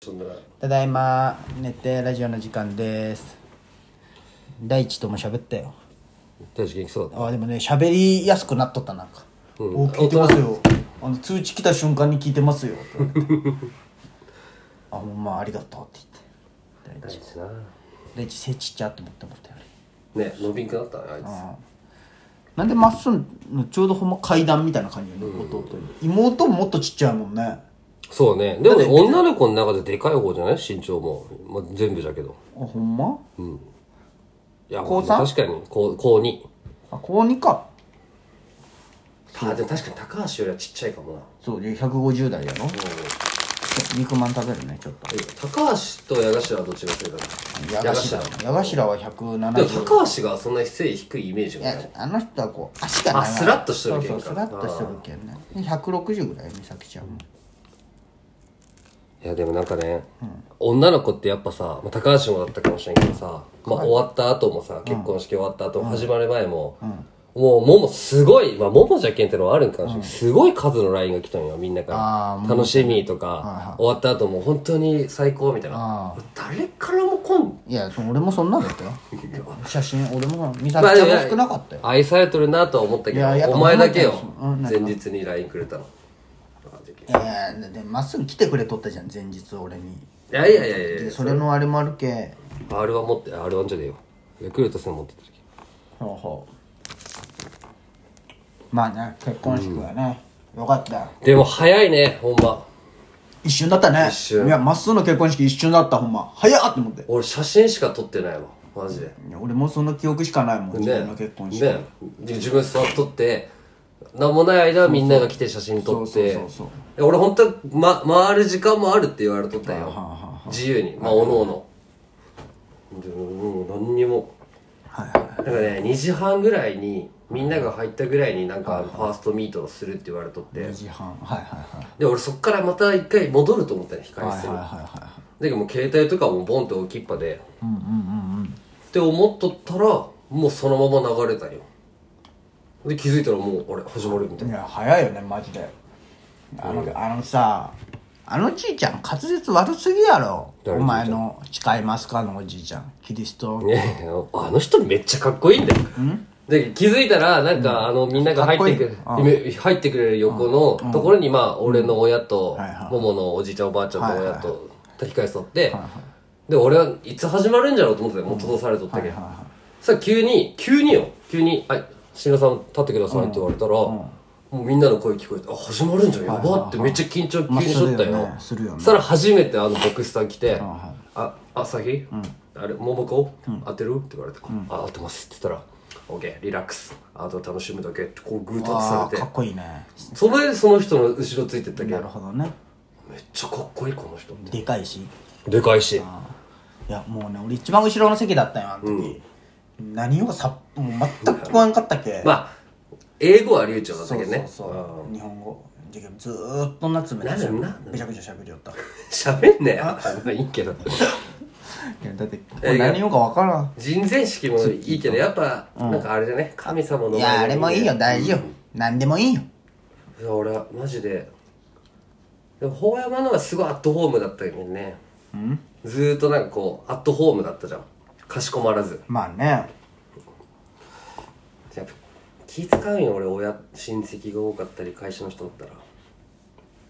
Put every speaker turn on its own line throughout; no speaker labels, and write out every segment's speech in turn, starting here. そんな
ただいま寝てラジオの時間です大地とも喋ったよ
大地元気そうだっ
あでもね喋りやすくなっとったなんか「お聞いてますよあの通知来た瞬間に聞いてますよ」って言われてあほんまありがとう」って言
た
って大
大
地
地な
大地背ちっちゃって思って思ったよね
ね伸びんくなったねあいつ
なんでまっすんのちょうどほんま階段みたいな感じよね、弟妹ももっとちっちゃいもんね
そうねでもね女の子の中ででかい方じゃない身長も、まあ、全部じゃけど
あほんま
いや
高三
確かに高高2
あ高2か
あでも確かに高橋よりはちっちゃいかもな
そうで150代やろ肉まん食べるねちょっと
高橋と矢頭はどっちが強いか
矢
な
頭矢頭は170
でも高橋がそんなに背低いイメージ
い
がない
やあの人はこう足が長い
あスラッとしてるけん
そう
か
そうスラッとしてるけんね160ぐらい美咲ちゃんも
いやでもなんかね、女の子ってやっぱさ、まあ、高橋もだったかもしれんけどさ、まあ、終わった後もさ、結婚式終わった後も始まる前も、もうももすごい、まあ、ももじゃけんってのはあるんかもしれん、すごい数の LINE が来たんよみんな
あ
か
ー
ら楽しみとか、終わった後も本当に最高みたい
あ
な誰からも来ん
いやその俺もそんなんだったよ写真俺も美
まあ
咲ち
で
ゃん
も
も少なかったよ
愛されとるなとは思ったけ
いややっ
ど
ぱ
お前だけよ
うんなん
前日に LINE くれたの
いやいやでもまっすぐ来てくれとったじゃん前日俺に
いやいやいやいや
でそれのあれもあるけ
R1 持って R1 じゃねえよヤクルト戦持ってた時
ほうほうまあね結婚式はね、よかったよ
でも早いねほんま
一瞬だったね
一瞬
いやまっすぐの結婚式一瞬だったほんま早っって思って
俺写真しか撮ってないわマジで
いや俺もその記憶しかないもん、自分の結婚式、
ねで自分座っとって何もない間みんなが来て写真撮っ
そう
て
そうそう
で俺本当ま回る時間もあるって言われとったよ
はあはあは
自由にまあおのおのでもう何にも
はいはい
なんかね2時半ぐらいにみんなが入ったぐらいになんかファーストミートをするって言われとって
2時半はいはいはい
で俺そっからまた一回戻ると思ったね控
は
え
いはい
室
はい
にだ
は
けどもう携帯とかもボンって置きっぱで
いうんうんうんうん
って思っとったらもうそのまま流れたよで気づいたらもうあれ始まるみたい
い
な
や早いよねマジであの,、あのさあのじいちゃん滑舌悪すぎやろ
誰
お
のじいちゃん
前の誓いますかのおじいちゃんキリスト
ねえあの人めっちゃかっこいいんだよで気づいたらなんか、あのみんなが入ってく
かっこ
れ入ってくれる横のところに、まあ俺の親と、
はいはい
もものおじいちゃんおばあちゃんの親
はいはい
と控え添って、で俺はいつ始まるんじゃろうと思ってたよもう閉ざされとったけど、
はいはいはい
さ急に急によ急に「はい志野さん立ってください」って言われたら、もうみんなの声聞こえて「あ始まるんじゃんやば」ってめっちゃ緊張急にしとったよ,、
まあするよねするよね
そしたら初めてあのボックスさん来て「
は
ああ朝日、あれ桃子、当てる?」って言われて「あ当てます」って言ったら「オッケーリラックスあとは楽しむだけ」ってこうグータッチ
あ
され
あ
て
かっこいいね
それでその人の後ろついてったけど
なるほどね
めっちゃかっこいいこの人
でかいし
でかいし
いやもうね俺一番後ろの席だったよあの時、何をさもう全く聞こえんかったっけ、
まあ英語は流暢だった
そう
けどね
そう
うん
そう日本語じゃずーっと夏目
なんでなんで
めちゃくちゃしゃべり よった
喋んねえいい けど
いやだってこ
え
れ何をか分からん
人前式もいいけどやっぱなんかあれじゃね神様の
いやあ
前
れ
で
もいいよ大事よ、何でもいいよ
いや俺はマジででも法山のがすごいアットホームだったけどねずーっとなんかこうアットホームだったじゃんかしこまらず
まあね
やっぱ気使うんよ俺親親戚が多かったり会社の人だったら、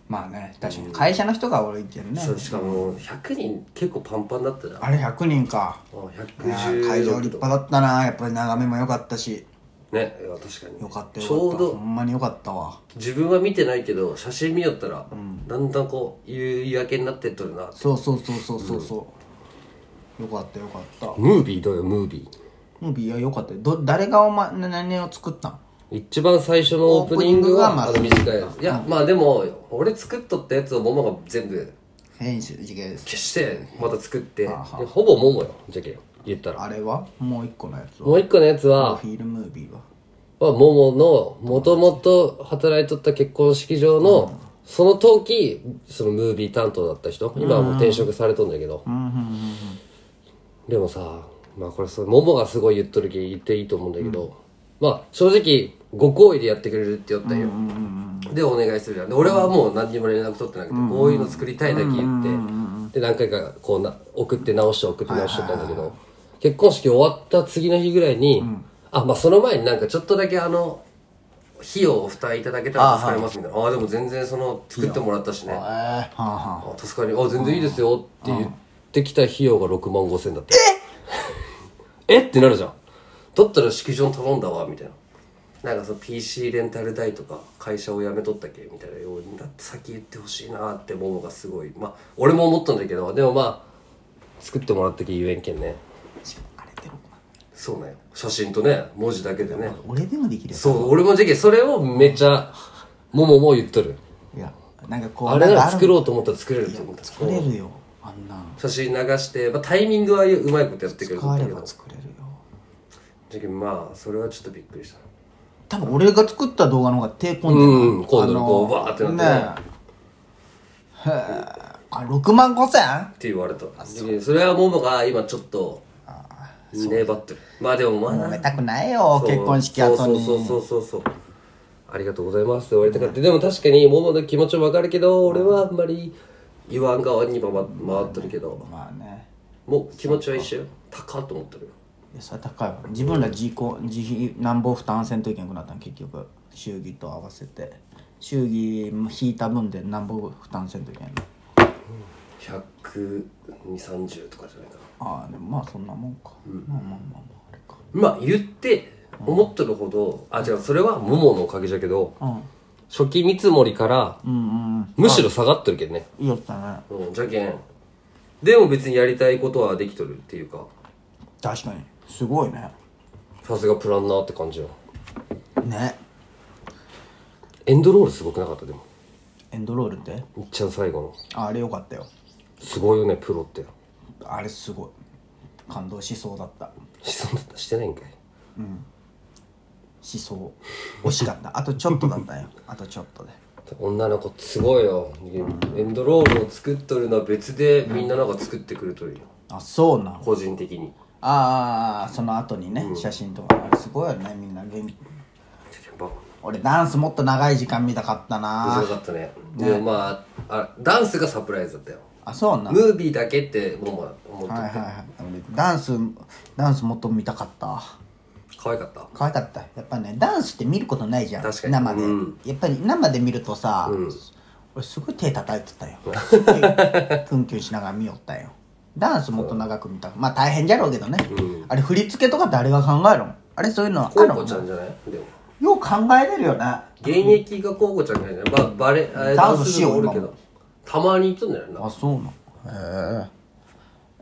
まあね確かに会社の人が多いけんね
そうしかも100人結構パンパンだったじゃんあ
あれ100人かいや
116
会場立派だったなやっぱり眺めも良かったし
ねいや確かに
よかったよ
ちょ
か
う
った
ど
ほんまに良かったわ
自分は見てないけど写真見よったら、だんだんこう夕焼けになってっとるな
そうそうそうそうそうそう、よかったよかった
ムービーどうよムービ
ムービーは良かったよど誰がお前何を作ったん
ー一番最初のオープニング
オ
は
ー
あ
プ
の
ニン
短いやついや、まあでも俺作っとったやつをモモが全部
編集時系です
消してまた作ってでほぼモモよじゃけ言ったら
あれはもう一個のやつは
もう一個のやつは
フィールムービーは
はモモのもともと働いとった結婚式場のその時そのムービー担当だった人今はもう転職されとんだけど
うんうんうんうん
でもさまあこれそうモモがすごい言っとるけ言っていいと思うんだけど、まあ正直ご好意でやってくれるって言ったんよ、でお願いするじゃんで俺はもう何にも連絡取ってなくてこういうの作りたいだけ言ってで何回かこうな送って直して送って直してたんだけど、結婚式終わった次の日ぐらいに、あまあその前になんかちょっとだけあの費用をお負担いただけたら助かりますみたいなあ、あでも全然その作ってもらったしねあ
えー、はんはん
助かりあ全然いいですよって言ってきた費用が6万5千だったえ えってなるじゃんだったら式場頼んだわみたいななんかその PC レンタル代とか会社を辞めとったっけみたいなようになって先言ってほしいなって思うのがすごいまあ俺も思ったんだけどでもまあ作ってもらったきゆえんけんね
あれでも
そうね写真とね文字だけでね
俺でもできるよ
そう俺もじゃけそれをめっちゃももも言っとる
いやなんかこう
あれな
なん
ら
か
作ろうと思ったら作れると思った
作れるよあんなん
写真流して、まあ、タイミングはうまいことやってくれるん
変わ
だ
れ
けど
ば作れるよ
じゃけまあそれはちょっとびっくりした
多分俺が作った動画の方が手込んでる
うん今度のこうバーってなってね
ねえへえあ6万5千
って言われたそそれはももが今ちょっと粘ってるまあでもまあ
揉めたくないよ
そう
結婚式後に
そうそうそうそうそうありがとうございますって言われたからって、でも確かにももの気持ちもわかるけど俺はあんまり言わん側に回回ってるけど
まあね
もう気持ちは一緒よ高っと思ってるよ
いやそれは高いわ自分ら自己自費なんぼ負担せんといけなくなったん結局祝儀と合わせて祝儀も引いた分でなんぼ負担せんといけんの
12030とかじゃないかな
ああでもまあそんなもんか、まあまあまあまああれか
まあ言って思っとるほど、あ違うそれはもものおかげじゃけど、初期見積もりから、むしろ下がっとるけんね、
いいやつだね
うん、じゃけんでも別にやりたいことはできとるっていうか
確かにすごいね
さすがプランナーって感じよ
ね
エンドロールすごくなかったでも
エンドロールって
いっちゃん最後の
ああれよかったよ
すごいよねプロって
あれすごい感動しそうだった
しそうだったしてないんかい
しそう 惜しかったあとちょっとだった よあとちょっとで
女の子すごいよ、エンドロールを作っとるのは別でみんななんか作ってくれとるよ
あそうなの
個人的に
ああその後にね、写真とかあれすごいよねみんな元気
じゃけんば
俺ダンスもっと長い時間見たかった
面
な
白かったねでもまああダンスがサプライズだったよ
あそうな
ム
はい
ービーだけってももは思ってて、
はいはい俺ダンスダンスもっと見たかった
可愛かった
可愛かったやっぱねダンスって見ることないじゃん
確かに
生で、
うん
やっぱり生で見るとさ、俺すごい手叩いてたよすごいクンキュンしながら見よったよダンスもっと長く見たまあ大変じゃろうけどね、あれ振り付けとか誰が考えるんあれそういうのあ
コウ
る
コ
ん
ちゃんじゃないでも
よう考えれるよね
現役がコウコちゃんぐらいじゃないまあバレえー
ダンスしよう
ダンス部もおるけどたまに行っとんじゃないな
あそうなへえ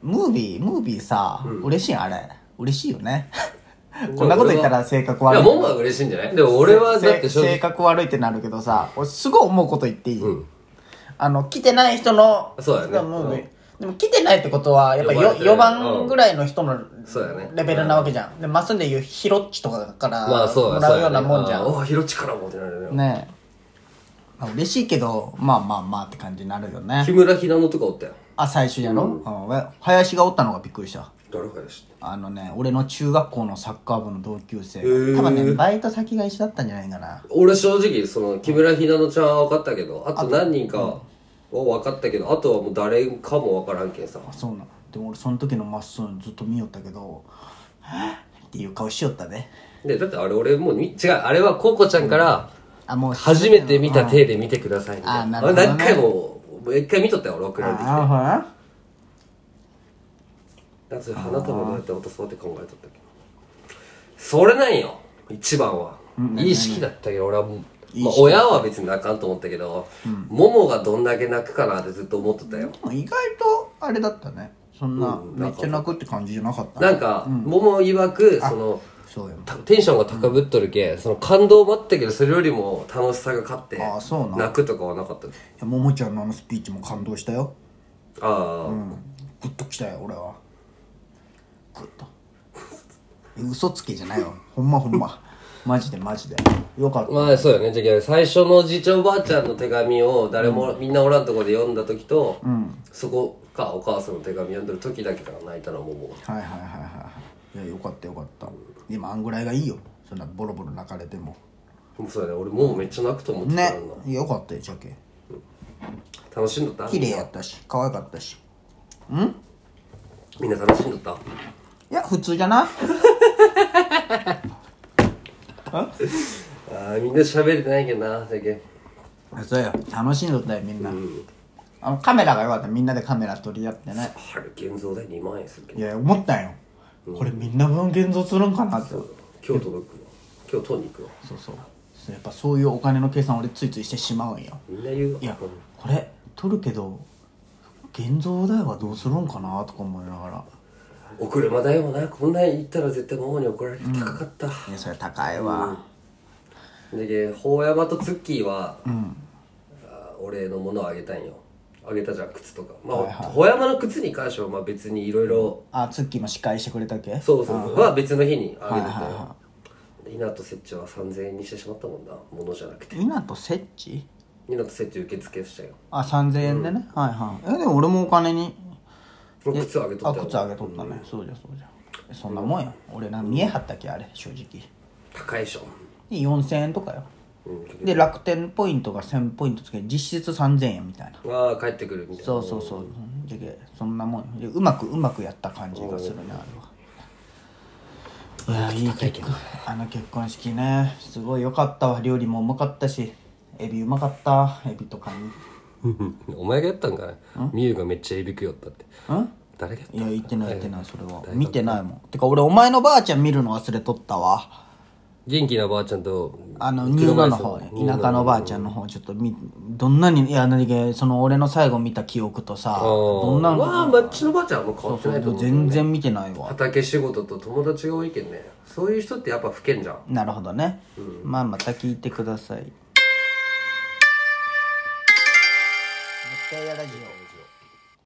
ムービームービーさ、嬉しいんあれ嬉しいよ ねこんなこと言ったら性格
い
悪
や
い
ももは嬉しいんじゃないでも俺はだって
せ
正
性
直
格悪いってなるけどさ俺すごい思うこと言っていい、あの来てない人の
そうだよね
人のムービーでも来てないってことはやっぱり
呼ばれ
4,
てない
番ぐらいの人の
そうだね
レベルなわけじゃんでマスンでいうヒロッチとかから
まあそう
も
だ
ら
そうう
よ
だ
うなもんじゃ
ね
ん、
あーあーヒロチからもってなるよね
ねえまあ嬉しいけどまあまあまあって感じになるよね
木村ひなのとかおったよ
あ最初やろ、うん俺林がおったのがびっくりした
誰かやし
あのね俺の中学校のサッカー部の同級生
ー
が多分ねバイト先が一緒だったんじゃないかな
俺正直その木村ひなのちゃんは分かったけどあと何人かは分かったけどあとはもう誰かも分からんけんさ
あそうなんでも俺その時のまっすぐずっと見よったけどはぁっていう顔しよったね
でだってあれ俺もうみ違うあれはコウコちゃんから
あもう
初めて見た体で見てくださいみたいな
あーなるほどね
何回ももう一回見とったよ俺送られてきて
あほら
だって花束どうやって渡そうって考えとったけどそれなんよ一番は、いい式だったけど俺はもうまあ、親は別に泣かんと思ったけど、ももがどんだけ泣くかなってずっと思ってたよ、
でも意外とあれだったねそんな
うん
めっちゃ泣くって感じじゃなかったね
なんか、もも曰くその
そうよ
たテンションが高ぶっとるけ、その感動待ったけどそれよりも楽しさが勝って
あーそうなん
泣くとかはなかった
いやももちゃんのあのスピーチも感動したよ
ああ、
グッときたよ俺はグッと嘘つけじゃないよほんまほんまマジでマジでよかった、
まあそうよねじゃあ最初のじいちゃんおばあちゃんの手紙を誰も、みんなおらんとこで読んだ時と、そこかお母さんの手紙読んでる時だけから泣いたのはもも
はいはいはいはいはいいやよかったよかった今あんぐらいがいいよそんなボロボロ泣かれても
もうそうだね俺もうめっちゃ泣くと思ってた
ね
の、
よかったよジャケ
楽しんだった
綺麗やったし可愛かったし
みんな楽しんどった
いや普通じゃない
あーみんな喋れてないけどな最近
そうよ楽しんどったよみんな、あのカメラが良かったみんなでカメラ取り合ってね
春現像代2万円するけど
いや思ったよ、これみんな分現像するんかなってそう
今日届くわ今日取りに行くわ
そうそうやっぱそういうお金の計算俺ついついしてしまうんよ
みんな言うわ
いや
うん
これ撮るけど現像代はどうするんかなとか思いながら
お車代もなこんなん行ったら絶対ママに怒られて高かった、
いやそれ高いわ、
でほうやまとツッキーは、あーお礼のものをあげたんよあげたじゃん靴とかまあ、ほうやまの靴に関してはまあ別にいろいろ
あツッキーも司会してくれたっけ
そうそうそうは別の日にあ
は
げ
いは
て
い
た
は
よ稲とせっちは3000円にしてしまったもんなものじゃなくて
い稲と設置
稲とせっち受付したよ
あ3000円でね、はいはいえでも俺もお金に
この靴をあげと
あ
ったよ
靴あげとったね、そうじゃそうじゃえそんなもんや俺な見えはったっけあれ正直
高いでしょ、
で4000円とかよ
うん、
で楽天ポイントが1000ポイントつけて実質3000円みたいな
ああ帰ってくるみたいな
そうそうそうじゃけそんなもんよでうまくうまくやった感じがするねあれはいやいい結婚あの結婚式ねすごい良かったわ料理もうまかったしエビうまかったエビとかに
お前がやったんかねみゆがめっちゃえびくよったって
ん
誰がやった
いや言ってない言ってないそれは見てないもんてか俺お前のばあちゃん見るの忘れとったわ
元気なばあちゃんと
あの新野の方ね田舎のばあちゃんの方ちょっと見どんなにいや何げその俺の最後見た記憶とさどんな
まあ
の
まあっちのばあちゃんはもう変わってないと思う
全然見てないわ
畑仕事と友達が多いけんねそういう人ってやっぱ老けんじゃん
なるほどね、まあまた聞いてください「熱帯夜ラジオ」